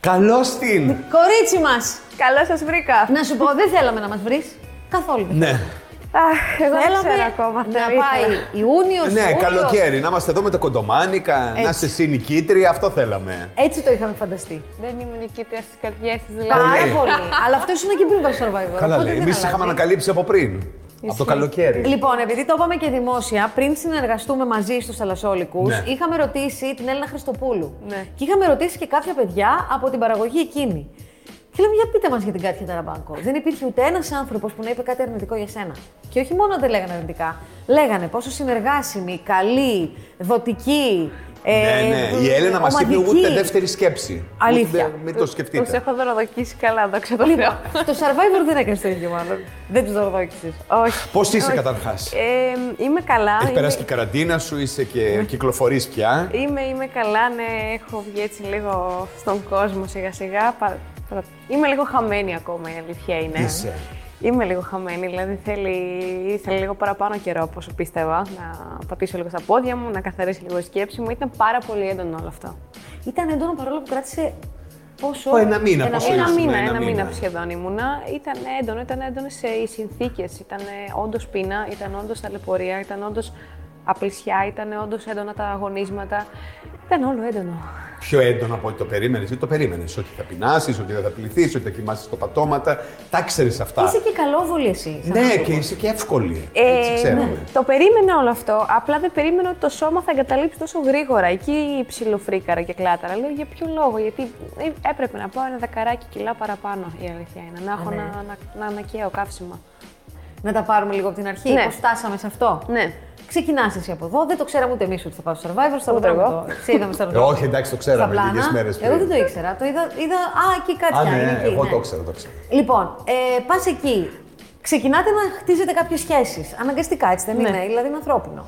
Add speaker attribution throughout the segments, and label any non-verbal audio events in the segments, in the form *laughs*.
Speaker 1: Καλώς την!
Speaker 2: Κορίτσι μας!
Speaker 3: Καλά σας βρήκα.
Speaker 2: Να σου πω, δεν θέλαμε να μας βρεις. Καθόλου.
Speaker 1: Ναι.
Speaker 3: Αχ, εγώ δεν
Speaker 2: Θέλαμε
Speaker 3: ξέρω ακόμα.
Speaker 2: να
Speaker 3: δεν ήθελα.
Speaker 2: πάει Ιούνιος.
Speaker 1: Ναι, καλοκαίρι. Να είμαστε εδώ με τα κοντομάνικα, να είσαι εσύ νικήτρια, αυτό θέλαμε.
Speaker 2: Έτσι το είχαμε φανταστεί.
Speaker 3: Δεν ήμουν νικήτρια στις καρδιές της
Speaker 2: Πάρα
Speaker 3: δηλαδή.
Speaker 1: Πολύ.
Speaker 2: πολύ. Αλλά αυτός ήσουν και πριν από το survivor.
Speaker 1: Καλά
Speaker 2: οπότε
Speaker 1: λέει.
Speaker 2: δεν
Speaker 1: Εμείς
Speaker 2: αλλάζει.
Speaker 1: είχαμε ανακαλύψει από πριν. Από το καλοκαίρι.
Speaker 2: Λοιπόν, επειδή το είπαμε και δημόσια, πριν συνεργαστούμε μαζί στους θαλασσόλικους,
Speaker 1: Ναι.
Speaker 2: είχαμε ρωτήσει την Έλληνα Χριστοπούλου.
Speaker 3: Ναι.
Speaker 2: Και είχαμε ρωτήσει και κάποια παιδιά από την παραγωγή εκείνη. Και λέμε, για πείτε μας για την Κάτια Ταραμπάνκο. Δεν υπήρχε ούτε ένας άνθρωπος που να είπε κάτι αρνητικό για σένα. Και όχι μόνο δεν λέγανε αρνητικά. Λέγανε πόσο συνεργάσιμη, καλή, δοτική. ε,
Speaker 1: Ναι, ναι. Η Έλενα μας είπε
Speaker 2: ομαδική.
Speaker 1: ούτε δεύτερη σκέψη.
Speaker 2: Αλήθεια.
Speaker 1: Ούτε- Μην το
Speaker 3: Τους
Speaker 1: σκεφτείτε.
Speaker 3: έχω δωροδοκίσει καλά, δόξα τω Θεώ.
Speaker 2: Λοιπόν, το survivor δεν έκανε το ίδιο, μάλλον. Δεν τους δωροδόκησες.
Speaker 3: Όχι.
Speaker 1: Πώς είσαι
Speaker 3: όχι.
Speaker 1: καταρχάς.
Speaker 3: Ε, είμαι καλά.
Speaker 1: Έχει
Speaker 3: είμαι-
Speaker 1: περάσει και η καραντίνα σου, είσαι
Speaker 2: Ναι.
Speaker 1: και κυκλοφορείς πια.
Speaker 3: Είμαι, είμαι καλά, ναι. Έχω βγει έτσι λίγο στον κόσμο σιγά σιγά. Πα- πα- Είμαι λίγο χαμένη ακόμα, η αλήθεια είναι.
Speaker 1: Είσαι.
Speaker 3: Είμαι λίγο χαμένη, δηλαδή θέλει, ήθελε λίγο παραπάνω καιρό από όσο πίστευα. Να πατήσω λίγο στα πόδια μου, να καθαρίσει λίγο η σκέψη μου. Ήταν πάρα πολύ έντονο όλο αυτό.
Speaker 2: Ήταν έντονο παρόλο που κράτησε. Πόσο.
Speaker 1: Ω, ένα μήνα, πόσο
Speaker 3: Ένα
Speaker 1: ήσουν,
Speaker 3: μήνα,
Speaker 1: ένα
Speaker 3: ένα, μήνα,
Speaker 1: μήνα.
Speaker 3: που σχεδόν ήμουνα. Ήταν έντονο, ήταν έντονε οι συνθήκες. Ήταν όντως πείνα, ήταν όντως ταλαιπωρία, ήταν όντως απλησιά, ήταν όντως έντονα τα αγωνίσματα. Ήταν όλο έντονο.
Speaker 1: Πιο έντονα από ό,τι το περίμενες ή το περίμενες. Ότι θα πεινάσεις, ότι δεν θα πληθείς, ότι θα κοιμάσει το πατώματα. Τα ξέρεις αυτά.
Speaker 2: Είσαι και καλόβολη εσύ. σαν
Speaker 1: Ναι,
Speaker 2: άνθρωπος.
Speaker 1: και είσαι και εύκολη.
Speaker 3: Ε,
Speaker 1: Έτσι ξέρουμε.
Speaker 3: ναι. Το περίμενα όλο αυτό. Απλά δεν περίμενα ότι το σώμα θα εγκαταλείψει τόσο γρήγορα. Εκεί ψιλοφρίκαρα και κλάταρα. Λέω για ποιο λόγο, γιατί ε, έπρεπε να πάω ένα δεκαράκι κιλά παραπάνω. Η αλήθεια είναι. Να έχω
Speaker 1: Ε,
Speaker 2: ναι.
Speaker 3: να, να, να ανακαίω καύσιμα.
Speaker 2: Να τα πάρουμε λίγο από την αρχή.
Speaker 3: Ναι.
Speaker 2: Πώς φτάσαμε σε αυτό.
Speaker 3: Ναι.
Speaker 2: Ξεκινάς εσύ από εδώ. Δεν το ξέραμε ούτε εμείς ότι θα πάω στο survivor. Στο
Speaker 3: Ούτε εγώ.
Speaker 2: Το... Σε είδαμε στο
Speaker 1: Ε, όχι, εντάξει, το ξέραμε
Speaker 2: Στα
Speaker 1: λίγες
Speaker 2: πλάνα.
Speaker 1: μέρες
Speaker 2: Εγώ δεν
Speaker 1: πριν.
Speaker 2: το ήξερα. Το είδα. είδα α, εκεί κάτι
Speaker 1: Α,
Speaker 2: άλλο είναι
Speaker 1: ναι,
Speaker 2: εκεί,
Speaker 1: εγώ
Speaker 2: ναι.
Speaker 1: το ήξερα, το ήξερα.
Speaker 2: Λοιπόν, ε, πας εκεί. Ξεκινάτε να χτίζετε κάποιες σχέσεις. Αναγκαστικά έτσι δεν
Speaker 3: Ναι.
Speaker 2: είναι. Δηλαδή είναι ανθρώπινο.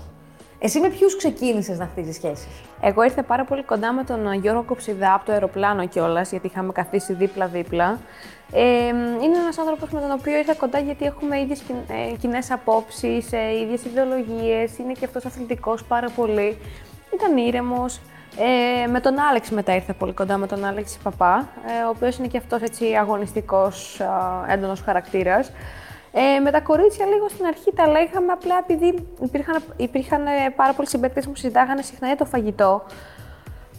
Speaker 2: Εσύ με ποιους ξεκίνησες να χτίζεις σχέσεις.
Speaker 3: Εγώ ήρθα πάρα πολύ κοντά με τον Γιώργο Κοψιδά από το αεροπλάνο κιόλας, γιατί είχαμε καθίσει δίπλα-δίπλα. Ε, είναι ένας άνθρωπος με τον οποίο ήρθα κοντά γιατί έχουμε ίδιες κοινές απόψεις, ε, ίδιες ιδεολογίες. Είναι και αυτός αθλητικός πάρα πολύ. Ήταν ήρεμος. Ε, με τον Άλεξ μετά ήρθα πολύ κοντά με τον Άλεξ Παπά, ε, ο οποίος είναι και αυτός έτσι αγωνιστικός, α, έντονος χαρακτήρας. Ε, με τα κορίτσια λίγο στην αρχή τα λέγαμε απλά επειδή υπήρχαν, υπήρχαν ε, πάρα πολλοί συμπαίκτες που συζητάγανε συχνά για το φαγητό.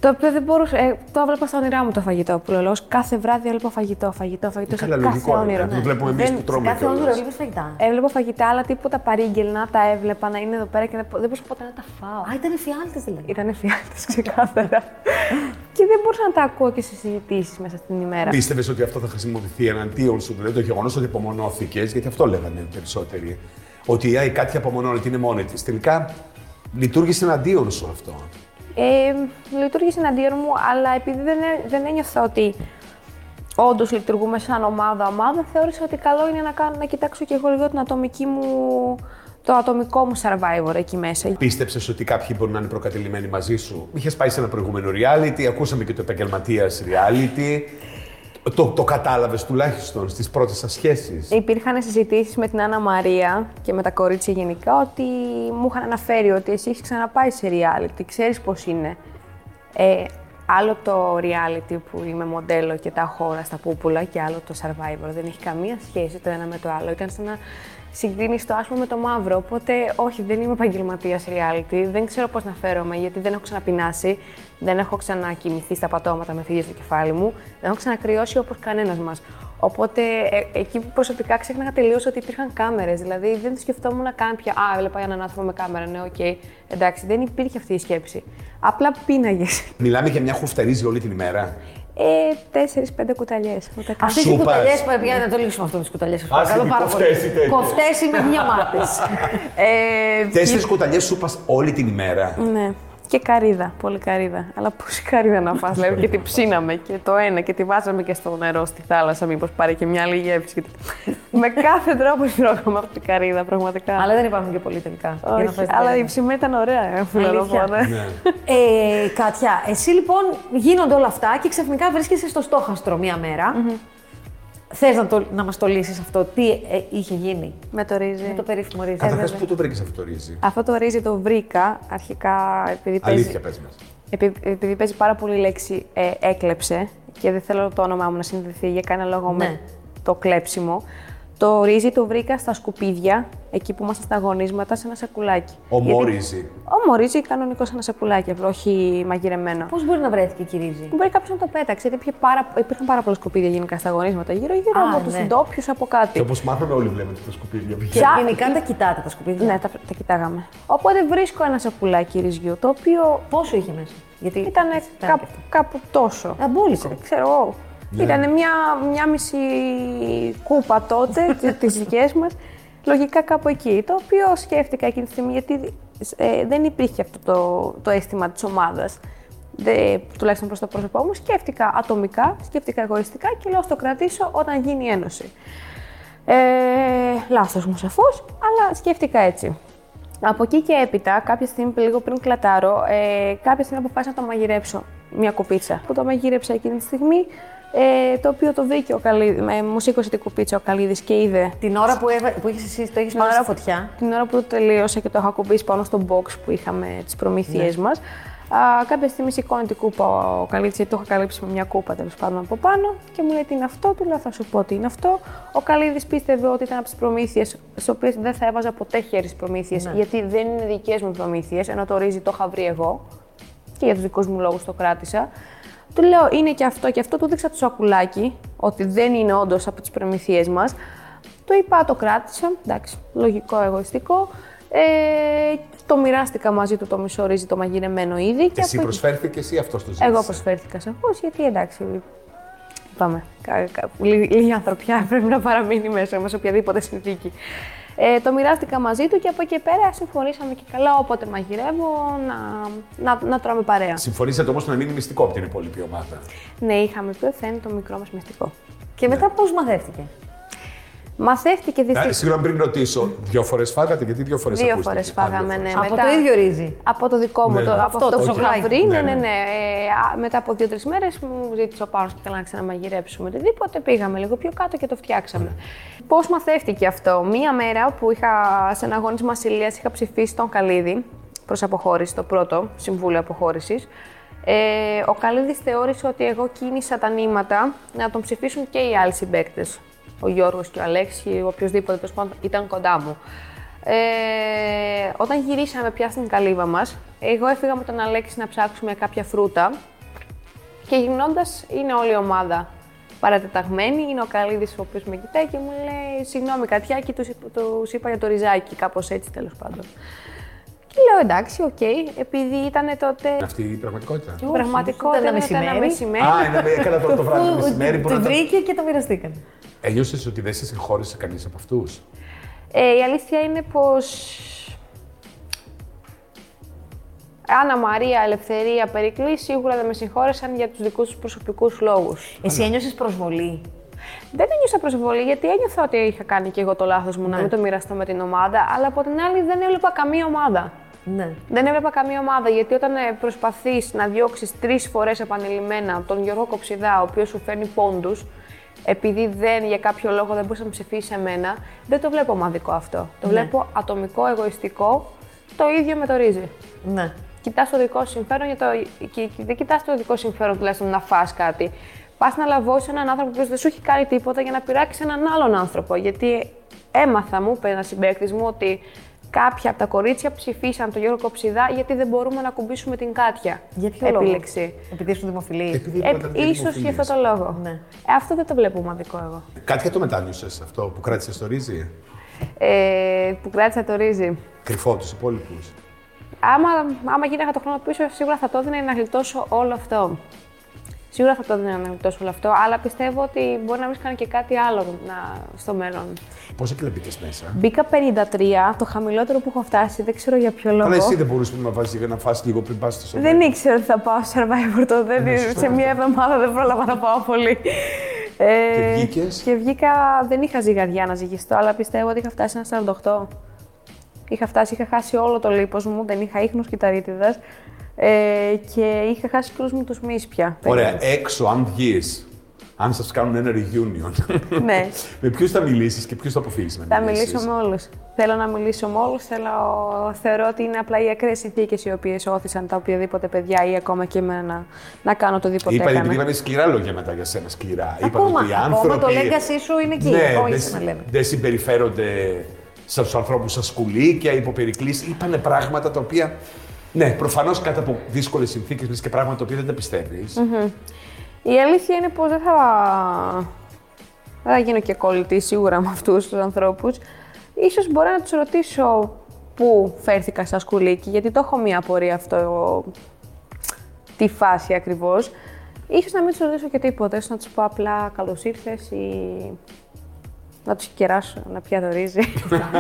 Speaker 3: Το οποίο δεν μπορούσα. Ε, το έβλεπα στα όνειρά μου το φαγητό που λέω. λέω, Κάθε βράδυ έβλεπα φαγητό, φαγητό, φαγητό. Σε
Speaker 1: Καλά,
Speaker 3: κάθε
Speaker 1: λογικό
Speaker 3: όνειρο.
Speaker 1: είναι. Το βλέπουμε εμείς
Speaker 3: Δεν-
Speaker 1: που
Speaker 2: Σε
Speaker 1: τρώμε
Speaker 2: κάθε όνειρο Ε,
Speaker 1: κιόλας.
Speaker 2: βλέπει φαγητά.
Speaker 3: Έβλεπα φαγητά, αλλά τίποτα παρήγγελνα. Τα έβλεπα να είναι εδώ πέρα και δεν, δεν μπορούσα ποτέ να τα φάω.
Speaker 2: Α, ήταν εφιάλτε δηλαδή.
Speaker 3: Ήταν φιάλτες ξεκάθαρα. και δεν μπορούσα να τα ακούω και σε συζητήσεις μέσα στην ημέρα.
Speaker 1: Πίστευες ότι αυτό θα χρησιμοποιηθεί εναντίον σου, δηλαδή το γεγονός ότι απομονώθηκες, γιατί αυτό λέγανε οι περισσότεροι. Ότι η κάτι απομονώνεται, είναι μόνη της. Τελικά λειτουργήσε εναντίον σου αυτό.
Speaker 3: Ε, λειτουργήσε εναντίον μου, αλλά επειδή δεν, έ- δεν ένιωθα ότι όντως λειτουργούμε σαν ομάδα-ομάδα, θεώρησα ότι καλό είναι να, κάνω, να κοιτάξω και εγώ λίγο την ατομική μου, το ατομικό μου survivor εκεί μέσα.
Speaker 1: Πίστεψες ότι κάποιοι μπορεί να είναι προκατηλημένοι μαζί σου. Είχες πάει σε ένα προηγούμενο reality, ακούσαμε και το επαγγελματίας reality. Το, το κατάλαβες τουλάχιστον στις πρώτες σας σχέσεις.
Speaker 3: Υπήρχαν συζητήσεις με την Άννα Μαρία και με τα κορίτσια γενικά ότι μου είχαν αναφέρει ότι εσύ έχεις ξαναπάει σε reality, ξέρεις πώς είναι. Ε, άλλο το reality που είμαι μοντέλο και τα έχω όλα στα πούπουλα και άλλο το survivor. Δεν έχει καμία σχέση το ένα με το άλλο. Ήταν σαν να συγκρίνεις το άσπρο με το μαύρο. Οπότε, όχι, δεν είμαι επαγγελματίας reality. Δεν ξέρω πώς να φέρομαι γιατί δεν έχω ξαναπεινάσει. Δεν έχω ξανακοιμηθεί στα πατώματα με φύγει στο κεφάλι μου. Δεν έχω ξανακριώσει όπως κανένας μας. Οπότε ε, εκεί που προσωπικά ξέχναγα τελείως ότι υπήρχαν κάμερες. Δηλαδή δεν το σκεφτόμουν καν πια. Α, έβλεπα έναν άνθρωπο με κάμερα. Ναι, οκ. Εντάξει, δεν υπήρχε αυτή η σκέψη. Απλά πίναγες.
Speaker 1: Μιλάμε για μια χουφτερίζει όλη την ημέρα.
Speaker 3: Ε, τέσσερι-πέντε κουταλιέ. Ούτε καν.
Speaker 2: Αυτέ οι
Speaker 1: Σούπας.
Speaker 2: κουταλιές που έπιανε, να το λύσουμε αυτό με τις κουταλιές.
Speaker 1: Άσχημοι κοφτές ή τέτοια.
Speaker 2: Κοφτέ ή με διαμάτε.
Speaker 3: Ε,
Speaker 1: Τέσσερι κουταλιές σούπας όλη την ημέρα.
Speaker 3: Ναι. Και καρύδα, πολύ καρύδα. Αλλά πόση καρύδα να φας, λέω, και την ψήναμε και το ένα και τη βάζαμε και στο νερό στη θάλασσα, μήπως πάρει και μια άλλη γεύση. με κάθε τρόπο *laughs* τρώγαμε αυτή την καρύδα, πραγματικά.
Speaker 2: Αλλά δεν υπάρχουν και πολλοί τελικά. για να ναι.
Speaker 3: Όχι,
Speaker 2: φας την
Speaker 3: αλλά
Speaker 2: καρύδα.
Speaker 3: η ψημένη ήταν ωραία, ε,
Speaker 2: Ναι.
Speaker 3: φιλελόφωνα.
Speaker 1: Ναι.
Speaker 2: Ε, Κάτια, εσύ λοιπόν γίνονται όλα αυτά και ξαφνικά βρίσκεσαι στο στόχαστρο μία μέρα. Θες να, το, να μας το λύσεις αυτό, τι ε, είχε γίνει.
Speaker 3: Με το ρύζι.
Speaker 2: Με το περίφημο ρίζι.
Speaker 1: Καταρχά, πού το βρήκες αυτό το ρύζι.
Speaker 3: Αυτό το ρύζι το βρήκα
Speaker 2: Ε,
Speaker 3: αρχικά επειδή παίζει,
Speaker 1: Αλήθεια, πες μας.
Speaker 3: επει- επειδή παίζει πάρα πολύ η λέξη ε, έκλεψε. και δεν θέλω το όνομά μου να συνδεθεί για κανένα λόγο
Speaker 2: Ναι.
Speaker 3: με το κλέψιμο. Το ρύζι το βρήκα στα σκουπίδια, εκεί που ήμασταν στα αγωνίσματα, σε ένα σακουλάκι.
Speaker 1: Ομόριζι.
Speaker 3: Ομορίζει κανονικό σε ένα σακουλάκι, απλό, όχι μαγειρεμένο.
Speaker 2: Πώς μπορεί να βρέθηκε εκεί ρύζι.
Speaker 3: Μπορεί κάποιος να το πέταξε, γιατί υπήρχε πάρα, υπήρχαν πάρα πολλά σκουπίδια γενικά στα αγωνίσματα. Γύρω-γύρω
Speaker 2: Α,
Speaker 3: από τους
Speaker 2: ναι.
Speaker 3: ντόπιους, από κάτι.
Speaker 1: Και όπως μάθαμε, όλοι βλέπετε τα σκουπίδια.
Speaker 2: Και
Speaker 3: Ποια-
Speaker 2: γενικά τα κοιτάτε τα σκουπίδια.
Speaker 3: Ναι, τα, τα κοιτάγαμε. Οπότε βρίσκω ένα σακουλάκι ρυζιού, το οποίο
Speaker 2: Πόσο είχε μέσα. Γιατί
Speaker 3: ήταν
Speaker 2: έτσι φαίνεται
Speaker 3: κάπου,
Speaker 2: αυτό.
Speaker 3: κάπου τόσο.
Speaker 2: Αμπόλικο.
Speaker 3: Ξέρω εγώ. Ήταν μια, μια μισή κούπα τότε, τις δικές μας. Λογικά κάπου εκεί. Το οποίο σκέφτηκα εκείνη τη στιγμή, γιατί ε, δεν υπήρχε αυτό το, το αίσθημα της ομάδας. τουλάχιστον προς το πρόσωπό μου, σκέφτηκα ατομικά, σκέφτηκα εγωιστικά και λέω: «Ας το κρατήσω όταν γίνει η ένωση. Ε, λάθος μου σαφώς, αλλά σκέφτηκα έτσι. Από εκεί και έπειτα, κάποια στιγμή λίγο πριν κλατάρω, ε, κάποια στιγμή αποφάσισα να το μαγειρέψω μια κουπίτσα. Που το μαγείρεψα εκείνη τη στιγμή, ε, το οποίο το βρήκε ο Καλίδης, ε, μου σήκωσε την κουπίτσα ο Καλίδης και είδε
Speaker 2: Την ώρα που, έβα... που είχες εσύ, το έχεις μέσα στη φωτιά.
Speaker 3: την ώρα που το τελείωσα και το είχα ακουμπήσει πάνω στο box που είχαμε τις προμήθειές μας, μα, κάποια στιγμή σηκώνει την κούπα ο καλύψη, γιατί το είχα καλύψει με μια κούπα τέλος πάντων από πάνω και μου λέει τι είναι αυτό, του λέω θα σου πω τι είναι αυτό. Ο Καλίδης πίστευε ότι ήταν από τις προμήθειες, στις οποίες δεν θα έβαζα ποτέ χέρι στις προμήθειες, γιατί δεν είναι δικές μου προμήθειες, ενώ το ρύζι το είχα βρει εγώ και για τους δικούς μου λόγους το κράτησα. Του λέω είναι και αυτό και αυτό, του δείξα το σακουλάκι, ότι δεν είναι όντως από τις προμηθείες μας. Το είπα, το κράτησα, εντάξει, λογικό, εγωιστικό. Ε, το μοιράστηκα μαζί του το μισό ρύζι, το μαγειρεμένο ήδη. Και
Speaker 1: Εσύ
Speaker 3: από εκεί-
Speaker 1: προσφέρθηκε ή αυτός το ζήτησε.
Speaker 3: Εγώ προσφέρθηκα σαφώ, γιατί εντάξει. Πάμε. Κα, κα, λίγη, λίγη ανθρωπιά *laughs* πρέπει να παραμείνει μέσα μας οποιαδήποτε συνθήκη. Ε, το μοιράστηκα μαζί του και από εκεί και πέρα συμφωνήσαμε και καλά. Όποτε μαγειρεύω, να, να, να τρώμε παρέα.
Speaker 1: Συμφωνήσατε όμως να μείνει μυστικό από την υπόλοιπη ομάδα.
Speaker 3: Ναι, είχαμε πει ότι θα είναι το μικρό μας μυστικό.
Speaker 2: Και μετά πώς μαθεύτηκε.
Speaker 3: Μαθεύτηκε
Speaker 1: Ε,
Speaker 3: δυστυχώς.
Speaker 1: Συγγνώμη, πριν ρωτήσω, δύο φορές φάγατε, γιατί δύο φορές
Speaker 3: Δύο φορέ φάγαμε, ναι.
Speaker 2: Από
Speaker 3: μετά-
Speaker 2: το ίδιο ρύζι.
Speaker 3: Από το δικό μου,
Speaker 1: Ναι,
Speaker 3: το,
Speaker 1: ναι.
Speaker 3: από
Speaker 2: Αυτό
Speaker 3: αυτό
Speaker 2: το
Speaker 3: που είχα
Speaker 2: ζωγράφι.
Speaker 3: βρει. Ναι,
Speaker 1: Ναι,
Speaker 3: ναι,
Speaker 1: ναι.
Speaker 3: ναι. Ε, α, μετά από δύο-τρει μέρες μου ζήτησε ο Πάνος και καλά να ξαναμαγειρέψουμε οτιδήποτε. Πήγαμε λίγο πιο κάτω και το φτιάξαμε. Πώς μαθεύτηκε αυτό, Μία μέρα που είχα σε ένα αγώνισμα ασυλίας είχα ψηφίσει τον Καλίδη προς αποχώρηση, το πρώτο συμβούλιο αποχώρησης. Ε, ο Καλίδη θεώρησε ότι εγώ κίνησα τα νήματα να τον ψηφίσουν και οι άλλοι συμπαίκτες. Ο Γιώργος και ο Αλέξης, οποιοδήποτε τέλος πάντων ήταν κοντά μου. Ε, όταν γυρίσαμε πια στην καλύβα μας, εγώ έφυγα με τον Αλέξη να ψάξουμε κάποια φρούτα και γυρνώντας είναι όλη η ομάδα παρατεταγμένη. Είναι ο Καλίδη ο οποίος με κοιτάει και μου λέει: Συγγνώμη, Κατιάκη, τους είπα για το ριζάκι, κάπως έτσι τέλος πάντων. Και λέω: Εντάξει, οκ, επειδή ήταν τότε.
Speaker 1: Είναι αυτή η πραγματικότητα.
Speaker 3: στην πραγματικότητα
Speaker 2: Ε, ήταν ένα
Speaker 3: ήταν ένα
Speaker 2: μεσημέρι.
Speaker 1: Α,
Speaker 3: μεσημέρι.
Speaker 1: είναι με- έκανα τώρα το βράδυ το μεσημέρι.
Speaker 2: Τη
Speaker 1: μπορεί να τα-
Speaker 2: βρήκε και το μοιραστήκαν.
Speaker 1: Ένιωσες ότι δεν σε συγχώρησε κανείς από αυτούς.
Speaker 3: Ε, η αλήθεια είναι πως... Άννα Μαρία, Ελευθερία, Περικλή σίγουρα δεν με συγχώρεσαν για τους δικούς τους προσωπικούς λόγους.
Speaker 2: Εσύ ένιωσες προσβολή.
Speaker 3: Δεν ένιωσα προσβολή γιατί ένιωθα ότι είχα κάνει και εγώ το λάθος μου να μην το μοιραστώ με την ομάδα, αλλά από την άλλη δεν έβλεπα καμία ομάδα.
Speaker 2: Ναι.
Speaker 3: Δεν έβλεπα καμία ομάδα γιατί όταν ε, προσπαθείς να διώξεις τρεις φορές επανειλημμένα τον Γιώργο Κοψιδά, ο οποίος σου φέρνει πόντους, επειδή δεν, για κάποιο λόγο δεν μπορούσε να ψηφίσεις εμένα, δεν το βλέπω ομαδικό αυτό. Το βλέπω ατομικό, εγωιστικό, το ίδιο με το ρύζι.
Speaker 2: ναι.
Speaker 3: Κοιτάς το δικό σου συμφέρον, για το... και- και δεν κοιτάς το δικό σου συμφέρον τουλάχιστον να φας κάτι. Πας να λαβώσεις έναν άνθρωπο που δεν σου έχει κάνει τίποτα για να πειράξεις έναν άλλον άνθρωπο. Γιατί έμαθα, μου είπε ένα συμπέκτη μου, ότι κάποια από τα κορίτσια ψηφίσαν τον Γιώργο Κοψιδά γιατί δεν μπορούμε να κουμπίσουμε την κάτια.
Speaker 2: Για ποιο
Speaker 3: Επίλεξη.
Speaker 2: λόγο. Επειδή ήσουν δημοφιλής.
Speaker 1: Επειδή ήταν
Speaker 3: Ε,
Speaker 1: και
Speaker 3: ίσως
Speaker 1: δημοφιλής.
Speaker 3: για αυτό το λόγο.
Speaker 2: Ναι.
Speaker 3: Ε, αυτό δεν το βλέπω ομαδικό εγώ.
Speaker 1: Κάτι το μετάνιωσες αυτό που κράτησες στο ρύζι.
Speaker 3: Ε, που κράτησα το ρύζι.
Speaker 1: Κρυφό τους υπόλοιπους.
Speaker 3: άμα, άμα γίναγα το χρόνο πίσω, σίγουρα θα το έδινα να γλιτώσω όλο αυτό. Σίγουρα θα το έδινα να γλιτώσω όλο αυτό, αλλά πιστεύω ότι μπορεί να βρίσκανε και κάτι άλλο να, στο μέλλον.
Speaker 1: Πόσα κιλά μπήκες μέσα.
Speaker 3: Μπήκα 53, το χαμηλότερο που έχω φτάσει, δεν ξέρω για ποιο λόγο.
Speaker 1: Αλλά εσύ δεν μπορούσες να βάζεις για να φας λίγο πριν πας στο σώμα.
Speaker 3: Δεν ήξερα ότι θα πάω στο Survivor το
Speaker 1: Ναι,
Speaker 3: δεν, σε μία εβδομάδα δεν πρόλαβα να πάω πολύ. Ε,
Speaker 1: Και βγήκες?
Speaker 3: Και βγήκα, δεν είχα ζυγαριά να ζυγιστώ, αλλά πιστεύω ότι είχα φτάσει ένα 48. Είχα φτάσει, είχα χάσει όλο το λίπος μου, δεν είχα ίχνους κυταρίτιδας ε, και είχα χάσει όλους μου τους μυς πια.
Speaker 1: Ωραία, έξω, αν βγεις, Αν σας κάνουν ένα
Speaker 2: *laughs*
Speaker 1: reunion.
Speaker 3: ναι.
Speaker 1: με ποιους θα μιλήσεις και ποιους θα αποφύγεις να
Speaker 3: Θα
Speaker 1: μιλήσεις?
Speaker 3: μιλήσω με όλους. Θέλω να μιλήσω με όλους. Θέλω... Θεωρώ ότι είναι απλά οι ακραίες συνθήκες οι οποίες όθησαν τα οποιαδήποτε παιδιά ή ακόμα και εμένα να, να κάνω το δίποτε
Speaker 1: Είπαν, επειδή
Speaker 3: έκανα.
Speaker 1: είπαμε σκληρά λόγια μετά για σένα, σκληρά.
Speaker 2: Ακόμα- ακόμα το legacy σου είναι εκεί,
Speaker 1: Ναι,
Speaker 2: όχι
Speaker 1: δεν
Speaker 2: σαν να
Speaker 1: συ-
Speaker 2: λέμε.
Speaker 1: δεν συμπεριφέρονται στου ανθρώπους σαν σκουλίκια, υποπερικλείς. Είπανε πράγματα τα οποία. Ναι, προφανώς κάτω από δύσκολες συνθήκες λες και πράγματα τα οποία δεν τα πιστευει
Speaker 3: Η αλήθεια είναι πως δεν θα. Δεν θα γίνω και κολλητή σίγουρα με αυτούς τους ανθρώπους. Ίσως μπορώ να τους ρωτήσω πού φέρθηκα στα σκουλίκι, γιατί το έχω μία απορία αυτό. Τη φάση ακριβώς. Ίσως να μην τους ρωτήσω και τίποτα, ίσως να τους πω απλά καλώς ήρθες ή να τους κεράσω να πια ρύζι.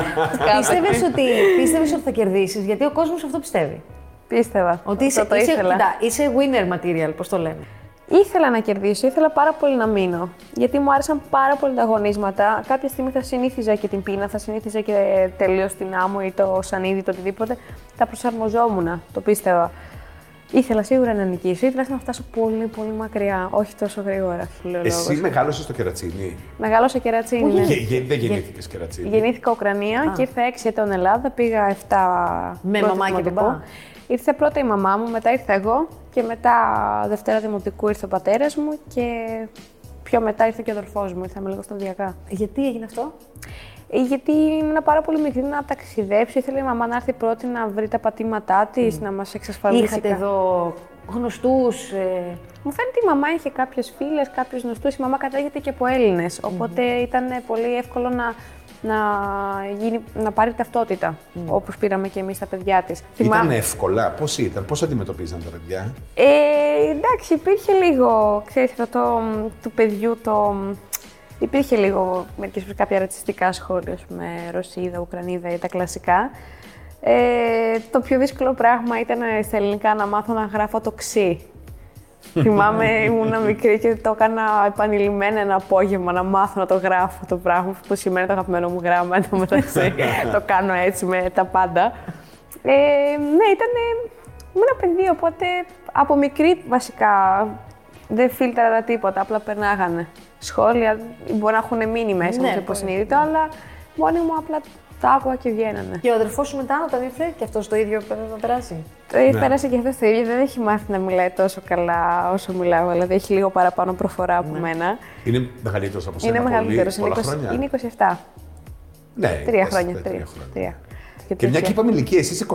Speaker 2: *laughs* Πίστευε ότι, πίστευες ότι θα κερδίσεις, γιατί ο κόσμος αυτό πιστεύει.
Speaker 3: Πίστευα.
Speaker 2: Ότι είσαι,
Speaker 3: Αυτό το
Speaker 2: είσαι,
Speaker 3: ήθελα.
Speaker 2: κοιτά, είσαι winner material, πώς το λέμε.
Speaker 3: Ήθελα να κερδίσω, ήθελα πάρα πολύ να μείνω. Γιατί μου άρεσαν πάρα πολύ τα αγωνίσματα. Κάποια στιγμή θα συνήθιζα και την πείνα, θα συνήθιζα και τελείως την άμμο ή το σανίδι, το οτιδήποτε. Τα προσαρμοζόμουν, το πίστευα. Ήθελα σίγουρα να νικήσω, ήθελα να φτάσω πολύ πολύ μακριά, όχι τόσο γρήγορα,
Speaker 1: Εσύ
Speaker 3: φιλολόγος.
Speaker 1: μεγάλωσε στο κερατσίνι.
Speaker 3: Μεγάλωσα κερατσίνη. ναι.
Speaker 1: Γε- γε- δεν γεννήθηκες κερατσίνι.
Speaker 3: Γεννήθηκα Ουκρανία και ήρθα 6 ετών Ελλάδα. Πήγα 7
Speaker 2: Με
Speaker 3: πρώτο
Speaker 2: μαμά και
Speaker 3: δημοτικό.
Speaker 2: παπά.
Speaker 3: Ήρθε πρώτα η μαμά μου, μετά ήρθα εγώ και μετά Δευτέρα Δημοτικού ήρθε ο πατέρας μου και πιο μετά ήρθε και ο αδερφό μου. Ήρθαμε λίγο σταδιακά.
Speaker 2: Γιατί έγινε αυτό,
Speaker 3: Ε, Γιατί ήμουν πάρα πολύ μικρή να ταξιδέψω. Ήθελε η μαμά να έρθει πρώτη να βρει τα πατήματά της, να μας εξασφαλίσει.
Speaker 2: Είχατε
Speaker 3: κα-
Speaker 2: εδώ γνωστούς. Ε,
Speaker 3: Μου φαίνεται η μαμά είχε κάποιες φίλες, κάποιους γνωστούς. Η μαμά κατάγεται και από Έλληνες. ήταν πολύ εύκολο να, να, γίνει, να πάρει ταυτότητα, όπως πήραμε και εμείς τα παιδιά της.
Speaker 1: Ήταν εύκολα. Πώς ήταν, πώς αντιμετωπίζαν τα παιδιά.
Speaker 3: Ε, εντάξει, υπήρχε λίγο, ξέρεις, αυτό το, μ, του παιδιού το... μ, Υπήρχε λίγο μερικές φορές κάποια ρατσιστικά σχόλια, ας πούμε, Ρωσίδα, Ουκρανίδα ή τα κλασικά. Ε, το πιο δύσκολο πράγμα ήταν ε, στα ελληνικά να μάθω να γράφω το ξύ. Θυμάμαι, ήμουν μικρή και το έκανα επανειλημμένα ένα απόγευμα να μάθω να το γράφω το πράγμα που σημαίνει το αγαπημένο μου γράμμα εν τω μεταξύ. το κάνω έτσι με τα πάντα. Ε, ναι, ήταν. Ήμουν παιδί, οπότε από μικρή βασικά δεν φίλτραρα τίποτα, απλά περνάγανε. Σχόλια μπορεί να έχουν μείνει μέσα
Speaker 2: Ναι,
Speaker 3: μου το
Speaker 2: μπορεί,
Speaker 3: υποσυνείδητο, αλλά μόνοι μου απλά τα άκουγα και βγαίνανε.
Speaker 2: και ο αδερφός σου μετά, όταν ήρθε, και αυτός το ίδιο πρέπει να περάσει.
Speaker 3: Ε, Πέρασε και αυτός το ίδιο, δεν έχει μάθει να μιλάει τόσο καλά όσο μιλάω, δηλαδή έχει λίγο παραπάνω προφορά από μένα.
Speaker 1: Είναι μεγαλύτερος από σένα.
Speaker 3: Είναι
Speaker 1: Ναι. πολύ,
Speaker 3: μεγαλύτερος. Είναι,
Speaker 1: πολλά
Speaker 3: 20
Speaker 1: χρόνια.
Speaker 3: είναι 27.
Speaker 1: Ναι,
Speaker 3: Τρία
Speaker 1: 24,
Speaker 3: χρόνια.
Speaker 1: τρία
Speaker 3: Τρία.
Speaker 1: χρόνια.
Speaker 3: τρία.
Speaker 1: Και μια και
Speaker 3: τέτοια.
Speaker 1: είπαμε ηλικία, εσύ είσαι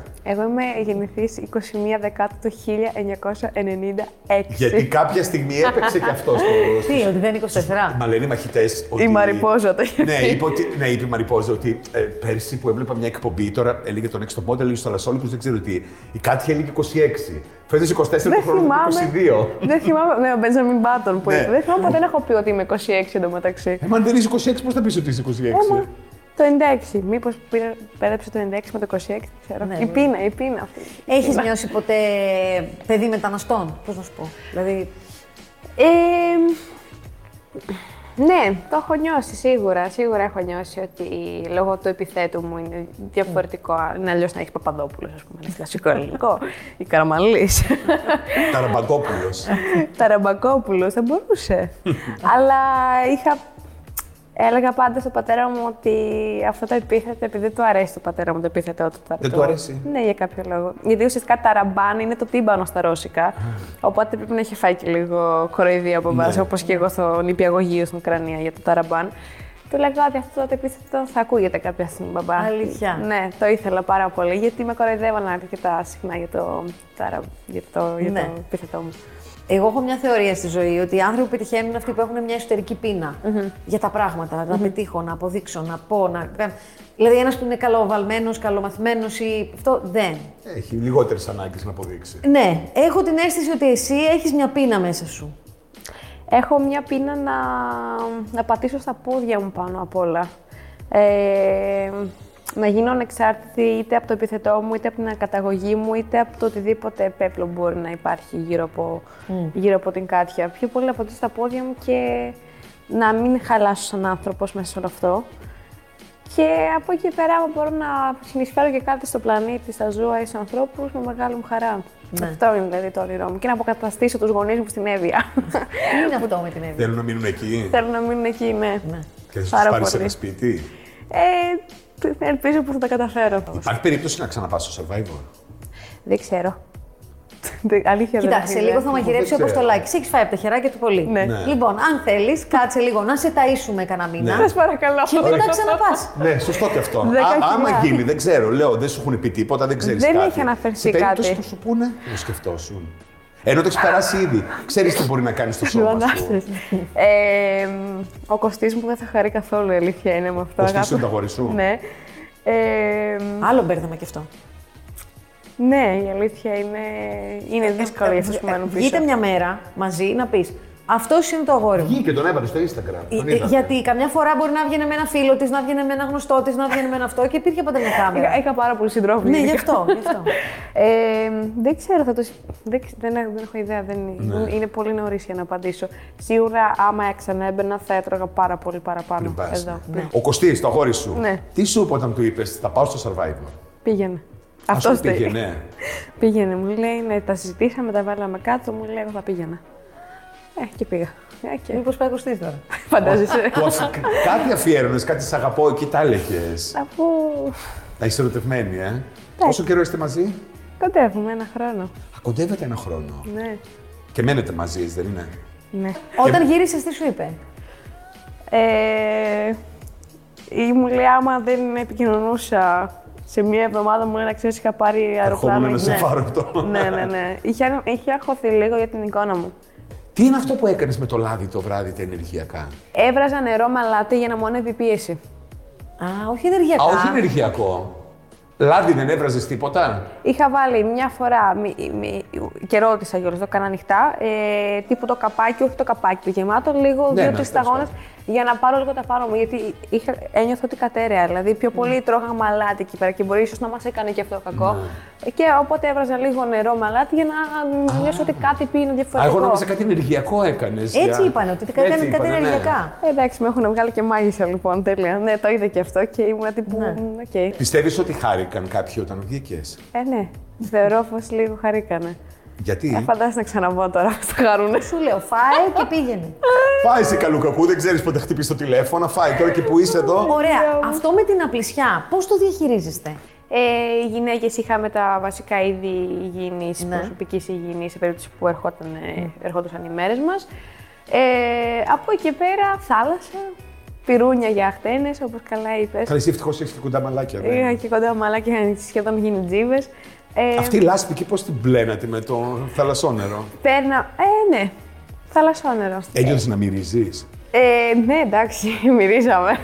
Speaker 1: 24.
Speaker 3: Εγώ είμαι γεννηθής 21 Δεκάτου του 1996.
Speaker 1: Γιατί κάποια στιγμή έπαιξε και αυτό στο.
Speaker 2: Τι, ότι δεν είναι 24.
Speaker 1: Μα λένε οι μαχητές. Ότι...
Speaker 3: Η Μαριπόζα το είχε
Speaker 1: ναι,
Speaker 3: πει.
Speaker 1: είπε ότι, ναι, είπε η Μαριπόζα ότι ε, πέρσι που έβλεπα μια εκπομπή, τώρα έλεγε τον έξω πότε, έλεγε στους Αλασόλικου, δεν ξέρω τι. Η Κάτια έλεγε 26. Φέτο 24
Speaker 3: *laughs* Δεν
Speaker 1: του χρόνου
Speaker 3: θυμάμαι.
Speaker 1: είναι 22.
Speaker 3: δεν θυμάμαι. Ναι, ο Μπέντζαμιν Μπάτον που
Speaker 1: Ναι.
Speaker 3: είπε. Δεν θυμάμαι ποτέ να έχω πει ότι είμαι 26 εντωμεταξύ.
Speaker 1: Ε, μα αν δεν είσαι 26, πώς θα πεις ότι είσαι 26.
Speaker 3: Έμα το 96. Μήπω πέρασε το 96 με το 26, δεν ξέρω.
Speaker 2: Ναι,
Speaker 3: η
Speaker 2: ναι.
Speaker 3: πείνα, η πείνα αυτή.
Speaker 2: Έχεις νιώσει ποτέ παιδί μεταναστών, πώς να σου πω. Δηλαδή,
Speaker 3: Ε, ναι, το έχω νιώσει σίγουρα. Σίγουρα έχω νιώσει ότι λόγω του επιθέτου μου είναι διαφορετικό. Είναι αλλιώς να έχει Παπαδόπουλος, ας πούμε, ένα κλασικό ελληνικό. ή Καραμαλής.
Speaker 1: Ταραμπαγκόπουλο.
Speaker 3: *laughs* Ταραμπακόπουλος, θα
Speaker 1: *laughs*
Speaker 3: μπορούσε. Αλλά είχα. Έλεγα πάντα στον πατέρα μου ότι αυτό το επίθετο, επειδή δεν του αρέσει το πατέρα μου το επίθετο. Το,
Speaker 1: Δεν
Speaker 3: το-
Speaker 1: του αρέσει?
Speaker 3: Ναι, για κάποιο λόγο. Γιατί ουσιαστικά ταραμπάν είναι το τύμπανο στα ρώσικα. Οπότε πρέπει να έχει φάει και λίγο κοροϊδία από εμά,
Speaker 1: Ναι.
Speaker 3: όπως και εγώ στο νηπιαγωγείο στην Ουκρανία για το ταραμπάν. Του λέγα ότι αυτό το επίθετο θα ακούγεται κάποια στιγμή, μπαμπά.
Speaker 2: Αλήθεια.
Speaker 3: Ναι, το ήθελα πάρα πολύ, γιατί με κοροϊδεύαν αρκετά συχνά για το, ταρα- για το, για
Speaker 2: Ναι.
Speaker 3: το επίθετό μου.
Speaker 2: Εγώ έχω μια θεωρία στη ζωή ότι οι άνθρωποι που πετυχαίνουν είναι αυτοί που έχουν μια εσωτερική πείνα για τα πράγματα. Να πετύχω, να αποδείξω, να πω. Να... κάνω. Δηλαδή, ένας που είναι καλοβαλμένος, καλομαθημένος ή. Αυτό δεν.
Speaker 1: Έχει λιγότερες ανάγκες να αποδείξει.
Speaker 2: Ναι, έχω την αίσθηση ότι εσύ έχεις μια πείνα μέσα σου.
Speaker 3: Έχω μια πείνα να, να πατήσω στα πόδια μου πάνω απ' όλα. Ε, να γίνω ανεξάρτητη είτε από το επιθετό μου, είτε από την καταγωγή μου, είτε από το οτιδήποτε πέπλο μπορεί να υπάρχει γύρω από, γύρω από την κάτια. Πιο πολύ να πατήσω στα πόδια μου και να μην χαλάσω σαν άνθρωπος μέσα σε όλο αυτό. Και από εκεί πέρα, άμα μπορώ να συνεισφέρω και κάτι στο πλανήτη, στα ζώα ή στους ανθρώπους, με μεγάλη μου χαρά.
Speaker 2: Ναι.
Speaker 3: Αυτό είναι δηλαδή το όνειρό μου. Και να αποκαταστήσω τους γονείς μου στην Εύβοια.
Speaker 2: Τι είναι αυτό με την Εύη.
Speaker 1: Θέλουν να μείνουν εκεί
Speaker 3: Θέλω να μείνουν εκεί, ναι.
Speaker 2: Ναι.
Speaker 1: και θα τους
Speaker 3: Πάρα
Speaker 1: πάρεις
Speaker 3: πολύ.
Speaker 1: ένα σπίτι.
Speaker 3: Ε, ελπίζω που θα τα καταφέρω.
Speaker 1: Υπάρχει περίπτωση να ξαναπάς στο survivor.
Speaker 3: Δεν ξέρω. Δεν- Αλήθεια δεν
Speaker 2: Κοιτάξτε,
Speaker 3: έχω
Speaker 2: λίγο
Speaker 3: ιδέα.
Speaker 2: θα μαγειρέψει
Speaker 1: Δεν
Speaker 2: όπω το
Speaker 1: ξέρω.
Speaker 2: like. Έχεις φάει από τα χεράκια του πολύ.
Speaker 3: Ναι.
Speaker 1: Ναι.
Speaker 2: Λοιπόν, αν θέλεις, κάτσε λίγο να σε ταΐσουμε κανένα μήνα.
Speaker 1: Ναι.
Speaker 3: Σας παρακαλώ.
Speaker 2: Και μετά ξαναπάς.
Speaker 1: Ναι, σωστό και αυτό.
Speaker 3: Δέκα
Speaker 1: Α, άμα
Speaker 3: κιλά.
Speaker 1: γίνει, δεν ξέρω. Λέω, δεν σου έχουν πει τίποτα, δεν ξέρεις.
Speaker 3: Δεν
Speaker 1: κάτι.
Speaker 3: έχει αναφερθεί
Speaker 1: Σε περίπτωση
Speaker 3: κάτι.
Speaker 1: που σου πούνε, να σκεφτόσουν. Ενώ το έχεις περάσει ήδη. Ξέρεις τι μπορεί να κάνεις στο σώμα σου.
Speaker 3: Φαντάστες. Ε, ο Κωστής μου δεν θα χαρεί καθόλου, η αλήθεια είναι με αυτό.
Speaker 1: Κωστής
Speaker 3: αγάπη.
Speaker 1: είναι το αγόρι σου?
Speaker 3: Ναι. Ε,
Speaker 2: Άλλο μπέρδεμα κι αυτό.
Speaker 3: ναι, η αλήθεια είναι, είναι
Speaker 2: Ε,
Speaker 3: δύσκολο για αυτούς που μένουν πίσω.
Speaker 2: Βγείτε μια μέρα μαζί να πεις Αυτός είναι το αγόρι μου.
Speaker 1: Βγήκε, τον έβαλε στο Instagram.
Speaker 2: Ε,
Speaker 1: Τον
Speaker 2: ε,
Speaker 1: είδατε.
Speaker 2: Γιατί καμιά φορά μπορεί να βγαίνει με ένα φίλο της, να βγαίνει με ένα γνωστό της, να βγαίνει με ένα αυτό και υπήρχε πάντα μια
Speaker 3: Είχα,
Speaker 2: κάμερα.
Speaker 3: είχα πάρα πολύ συντρόφιλοι.
Speaker 2: ναι, γι' αυτό. Γι αυτό.
Speaker 3: *laughs* Ε, δεν ξέρω, θα το... συ- δεν, ξε- δεν, έχω- δεν έχω ιδέα, δεν,
Speaker 1: Ναι.
Speaker 3: είναι πολύ νωρίς για να απαντήσω. Σίγουρα άμα ξανά έμπαινα θα έτρωγα πάρα πολύ παραπάνω
Speaker 1: Μην πας,
Speaker 3: εδώ.
Speaker 1: ναι. Ο Κωστής, το αγόρι σου.
Speaker 3: Ναι.
Speaker 1: Τι σου είπε όταν του είπες, θα πάω στο survivor.
Speaker 3: Πήγαινε.
Speaker 1: Ας σου
Speaker 3: Αυτός
Speaker 1: πήγε,
Speaker 3: πήγαινε.
Speaker 1: ναι.
Speaker 3: *laughs* πήγαινε, μου λέει, ναι, τα συζητήσαμε, τα βάλαμε κάτω, μου λέει, εγώ θα πήγαινα. Ε, και πήγα. Ε, και...
Speaker 2: Μήπως πάει κοστίζει τώρα.
Speaker 3: Φαντάζεσαι. *laughs*
Speaker 1: Του αφ- κάτι αφιέρωνες, κάτι σ' αγαπώ εκεί, τα έλεγες.
Speaker 3: Θα πω,
Speaker 1: Τα είσαι ερωτευμένη, ε. Πόσο καιρό είστε μαζί,
Speaker 3: κοντεύουμε ένα χρόνο.
Speaker 1: Α, Κοντεύετε ένα χρόνο.
Speaker 3: Ναι,
Speaker 1: Και μένετε μαζί, δεν είναι.
Speaker 3: ναι.
Speaker 2: Ε, Όταν γύρισες, τι σου είπε.
Speaker 3: Ε, ή μου λέει, άμα δεν επικοινωνούσα σε μία εβδομάδα μου λέει να ξέρεις είχα πάρει αεροπλάνο.
Speaker 1: να σε
Speaker 3: Ναι.
Speaker 1: πάρω από το-
Speaker 3: Ναι, ναι, ναι. Είχε, είχε αγχωθεί λίγο για την εικόνα μου.
Speaker 1: Τι είναι αυτό που έκανες με το λάδι το βράδυ τα ενεργειακά.
Speaker 3: Έβραζα νερό με αλάτι για να μονεύει η πίεση.
Speaker 2: Α, όχι ενεργειακά.
Speaker 1: Α, όχι ενεργειακό. Λάδι δεν έβραζες τίποτα.
Speaker 3: Είχα βάλει μια φορά μη, μη, και ρώτησα κιόλας, το έκανα ανοιχτά, ε, τύπου το καπάκι, όχι το καπάκι το γεμάτο, λίγο
Speaker 1: Ναι,
Speaker 3: δύο-τρει
Speaker 1: ναι, τέλος
Speaker 3: σταγόνες για να πάρω λίγο τα φάρο μου. Γιατί είχα, ένιωθα ότι κατέρεα. Δηλαδή
Speaker 1: Ναι.
Speaker 3: πιο πολύ τρώγα μαλάτι εκεί πέρα και μπορεί ίσως να μας έκανε και αυτό κακό.
Speaker 1: Ναι.
Speaker 3: Και οπότε έβραζα λίγο νερό μαλάτι για να νιώσω ότι κάτι πίνω
Speaker 1: Α, εγώ
Speaker 3: διαφορετικό.
Speaker 1: νόμιζα κάτι ενεργειακό έκανες.
Speaker 2: Έτσι είπαν ότι κάτι
Speaker 1: Έτσι
Speaker 2: έκανε κάτι
Speaker 1: είπανε, ναι.
Speaker 2: ενεργειακά.
Speaker 3: Ε, Εντάξει, με έχουν βγάλει και μάγισσα λοιπόν, τέλεια. Ναι, το είδα και αυτό και ήμουν τύπου.
Speaker 2: Ναι.
Speaker 3: «Μ, Οκ.
Speaker 1: Πιστεύεις ότι χάρηκαν κάποιοι όταν βγήκες.
Speaker 3: Ε, ναι. Θεωρώ πως λίγο χαρήκανε. Ε,
Speaker 1: Γιατί.
Speaker 3: φαντάζεσαι να ξαναβώ τώρα, θα χαρούνε.
Speaker 2: Σου λέω, φάε και
Speaker 3: *laughs*
Speaker 2: πήγαινε.
Speaker 1: Φάει σε καλού κακού, δεν ξέρεις πότε χτυπήσεις το τηλέφωνο. Φάει τώρα και που είσαι εδώ.
Speaker 2: Ωραία. Αυτό με την απλησιά, πώς το διαχειρίζεστε.
Speaker 3: Ε, οι γυναίκες είχαμε τα βασικά είδη υγιεινής,
Speaker 2: Ναι.
Speaker 3: προσωπικής υγιεινής, σε περίπτωση που ερχόταν, ε,
Speaker 1: Ναι.
Speaker 3: ερχόντουσαν οι μέρες μας. Ε, από εκεί και πέρα, θάλασσα, πυρούνια για αχτένε, όπως καλά είπες.
Speaker 1: Καλά, εσύ ευτυχώς έχεις και κοντά μαλάκια. ναι.
Speaker 3: Είχα και κοντά μαλάκια, είχαν σχεδόν γίνει τζίβες. Ε,
Speaker 1: Αυτή η λάσπη εκεί πώς την πλένατε με το θαλασσόνερο.
Speaker 3: Παίρνα. Ε, ναι, θαλασσόνερο.
Speaker 1: Ένιωσε να μυρίζεις.
Speaker 3: Ε, ναι, εντάξει, *laughs* μυρίζαμε.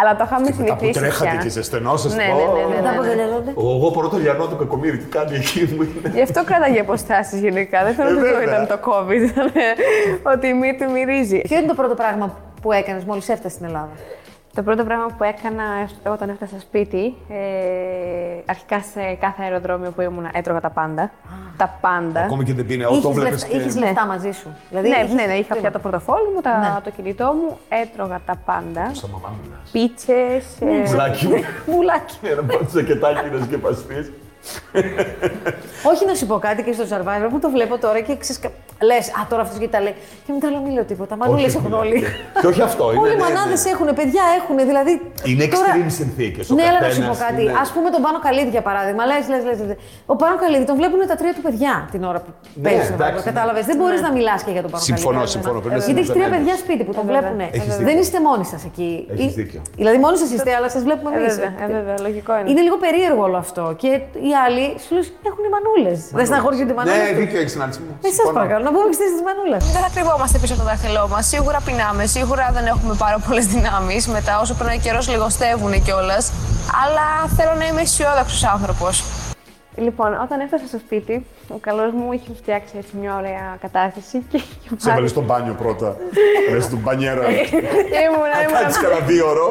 Speaker 3: Αλλά το είχαμε
Speaker 1: Μετά που
Speaker 3: συνηθίσει.
Speaker 1: τρέχατε
Speaker 3: πια.
Speaker 1: και ζεσθενόσαστε.
Speaker 3: Ναι, ναι, ναι, ναι, ναι.
Speaker 2: Μετά αποκαλιάζονται.
Speaker 1: Ω, Εγώ μπορώ το λιανό του κακομίρι, τι κάνει εκεί μου είναι.
Speaker 3: Γι' αυτό κράταγε αποστάσεις γενικά. Δεν
Speaker 1: Ε,
Speaker 3: θεωρώ ότι αυτό
Speaker 1: βέβαια.
Speaker 3: ήταν το COVID.
Speaker 1: *laughs*
Speaker 3: Ήταν ε, ότι η μύτη μυρίζει.
Speaker 2: Ποιο είναι το πρώτο πράγμα που έκανες μόλις έφτασες στην Ελλάδα.
Speaker 1: Ε,
Speaker 3: Το πρώτο πράγμα που έκανα όταν έφτασα σπίτι, ε, αρχικά σε κάθε αεροδρόμιο που ήμουν έτρωγα τα πάντα. Τα πάντα.
Speaker 1: Ακόμη και δεν πίνει, αυτό
Speaker 2: Είχες
Speaker 1: βλέπεις
Speaker 2: Ε, λεφτά- είχες
Speaker 1: και...
Speaker 2: λεφτά μαζί σου. Δηλαδή,
Speaker 3: ναι,
Speaker 2: είχες
Speaker 3: ναι, ναι, είχα
Speaker 2: χρήμα.
Speaker 3: πια το πορτοφόλι μου, τα,
Speaker 2: Ναι.
Speaker 3: το κινητό μου, έτρωγα τα πάντα.
Speaker 1: Στα μαμά μου λες.
Speaker 3: Πίτσε.
Speaker 2: Ναι.
Speaker 3: Ε,
Speaker 1: Πουλάκι μου. ε,
Speaker 3: Βουλάκι.
Speaker 1: Ένα πρώτο ζακετάκι να σκεπαστείς.
Speaker 2: Όχι να σου πω κάτι και στο survivor που το βλέπω τώρα και ξέρεις. Λες, Α, τώρα αυτός γιατί τα λέει. Και μετά λέω, μην λέω τίποτα. Μανούλε
Speaker 1: Όχι,
Speaker 2: έχουν
Speaker 1: ναι.
Speaker 2: όλοι.
Speaker 1: Και όχι αυτό, είναι,
Speaker 2: Όλοι οι
Speaker 1: ναι, ναι.
Speaker 2: μανάδε έχουν, παιδιά έχουν. Δηλαδή.
Speaker 1: Είναι
Speaker 2: τώρα-
Speaker 1: extreme συνθήκες, ο
Speaker 2: Ναι, αλλά να σου πω
Speaker 1: καθένας
Speaker 2: κάτι.
Speaker 1: είναι-
Speaker 2: Ας πούμε τον Πάνο Καλίδη για παράδειγμα. Λες, λες, λες. Ο Πάνο Καλίδη τον βλέπουν τα τρία του παιδιά την ώρα που
Speaker 1: Ναι,
Speaker 2: παίζει.
Speaker 1: εντάξει, ναι.
Speaker 2: Κατάλαβες. Δεν μπορείς να μιλάς και για τον Πάνο
Speaker 1: Συμφωνώ,
Speaker 2: Καλίδη.
Speaker 1: συμφωνώ, πρέπει να
Speaker 2: Γιατί έχεις τρία
Speaker 1: συνεργαζόμαστε.
Speaker 2: παιδιά σπίτι που τον
Speaker 3: Ε, βέβαια.
Speaker 2: βλέπουν. Δηλαδή,
Speaker 1: Έχεις
Speaker 2: Δεν
Speaker 1: δίκιο.
Speaker 2: είστε μόνοι σας εκεί.
Speaker 1: Έχεις
Speaker 2: Ή-
Speaker 1: δίκιο.
Speaker 2: Δηλαδή, μόνοι σας είστε, αλλά σας βλέπουμε
Speaker 3: Ε,
Speaker 2: εμείς.
Speaker 3: βέβαια, ε, βέβαια, λογικό είναι.
Speaker 2: Είναι λίγο περίεργο όλο αυτό. Και οι άλλοι σου λένε έχουν οι μανούλε. Δεν στεναχώριζονται οι μανούλε.
Speaker 1: Ναι, δίκιο έχεις να μου.
Speaker 2: Ε, σα παρακαλώ, να πούμε και στις μανούλες.
Speaker 3: Δεν θα κρυβόμαστε πίσω από το δάχτυλό μας. Σίγουρα πεινάμε, σίγουρα δεν έχουμε πάρα πολλές δυνάμεις. Μετά, όσο περνάει καιρός, λιγοστεύουν κιόλας. Αλλά θέλω να είμαι αισιόδοξος άνθρωπος. Λοιπόν, όταν έφτασα στο σπίτι, ο καλός μου είχε φτιάξει έτσι μια ωραία κατάσταση και είχε
Speaker 1: Σε έβαλες στο μπάνιο
Speaker 2: *laughs*
Speaker 1: πρώτα. Λες του μπανιέρα.
Speaker 2: Ε,
Speaker 3: Ήμουν,
Speaker 1: Κάτσε κανένα δύο ώρο.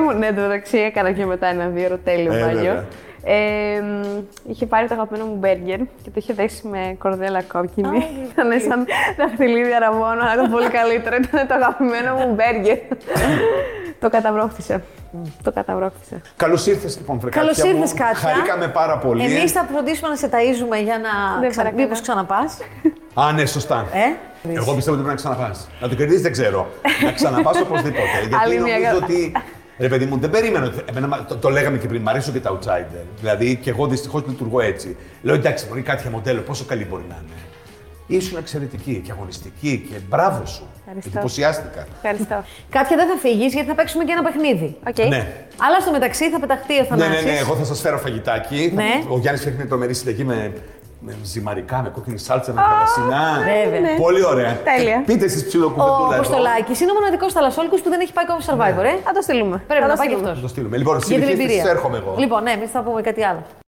Speaker 3: ήμουν. Ναι, εντωμεταξύ έκανα και μετά ένα δύο τέλειο
Speaker 1: Ε,
Speaker 3: μπάνιο.
Speaker 1: βέβαια.
Speaker 3: Ε, μ, είχε πάρει το αγαπημένο μου μπέργκερ και το είχε δέσει με κορδέλα κόκκινη. Ήταν σαν δαχτυλίδι αραβόνο, αλλά ήταν πολύ καλύτερο. Ήταν το αγαπημένο μου μπέργκερ. το καταβρόχθησε. Το καταβρόχθησα.
Speaker 1: Καλώς ήρθες λοιπόν, Φρεκάτια.
Speaker 2: Καλώ
Speaker 1: μου.
Speaker 2: ήρθες, Κάτια.
Speaker 1: Χαρήκαμε πάρα πολύ. ε.
Speaker 2: Εμείς θα φροντίσουμε να σε ταΐζουμε για να
Speaker 3: Δεν
Speaker 2: ξα...
Speaker 3: παρακαλώ.
Speaker 2: μήπως *laughs* ξαναπάς.
Speaker 1: Α, ναι, σωστά.
Speaker 2: Ε?
Speaker 1: Εγώ πιστεύω ότι πρέπει να ξαναπάς. Να το κερδίσεις δεν ξέρω. να ξαναπάς
Speaker 2: *laughs*
Speaker 1: οπωσδήποτε.
Speaker 3: Άλλη
Speaker 1: Γιατί
Speaker 3: μια
Speaker 1: νομίζω
Speaker 3: γάτα.
Speaker 1: ότι. Ρε παιδί μου, δεν περίμενα. ότι- Εμένα, μα- το, το λέγαμε και πριν, μ' αρέσουν και τα outsider. Δηλαδή και εγώ δυστυχώς λειτουργώ έτσι. Λέω εντάξει, μπορεί κάποια μοντέλο, πόσο καλή μπορεί να είναι. Ήσουν εξαιρετική και αγωνιστική και μπράβο σου.
Speaker 3: Ευχαριστώ.
Speaker 1: Εντυπωσιάστηκα.
Speaker 3: Ευχαριστώ.
Speaker 2: Κάτια δεν θα φύγεις γιατί θα παίξουμε και ένα παιχνίδι.
Speaker 3: Οκ.
Speaker 1: Ναι.
Speaker 2: Αλλά στο μεταξύ θα πεταχτεί ο
Speaker 1: Ναι,
Speaker 2: Θανάσης.
Speaker 1: ναι, ναι, εγώ θα σας φέρω φαγητάκι.
Speaker 2: Ναι.
Speaker 1: Ο Γιάννης φτιάχνει τρομερή συνταγή με, με ζυμαρικά, με κόκκινη σάλτσα, με θαλασσινά.
Speaker 2: βέβαια. Ναι.
Speaker 1: Πολύ ωραία.
Speaker 3: Τέλεια.
Speaker 1: Πείτε εσείς
Speaker 2: Ο
Speaker 1: ψιλοκουβεντούλα. εδώ.
Speaker 2: Αποστολάκης είναι ο μοναδικός θαλασσόλικος που δεν έχει πάει ακόμα στο survivor, ε.
Speaker 3: Θα το στείλουμε.
Speaker 2: Πρέπει
Speaker 3: Θα
Speaker 2: να
Speaker 3: το
Speaker 2: πάει και
Speaker 3: στείλουμε.
Speaker 1: Θα
Speaker 2: αυτό.
Speaker 1: το στείλουμε. Λοιπόν, συνεχίστε, σας έρχομαι εγώ.
Speaker 2: Λοιπόν, ναι, εμείς θα πούμε κάτι άλλο.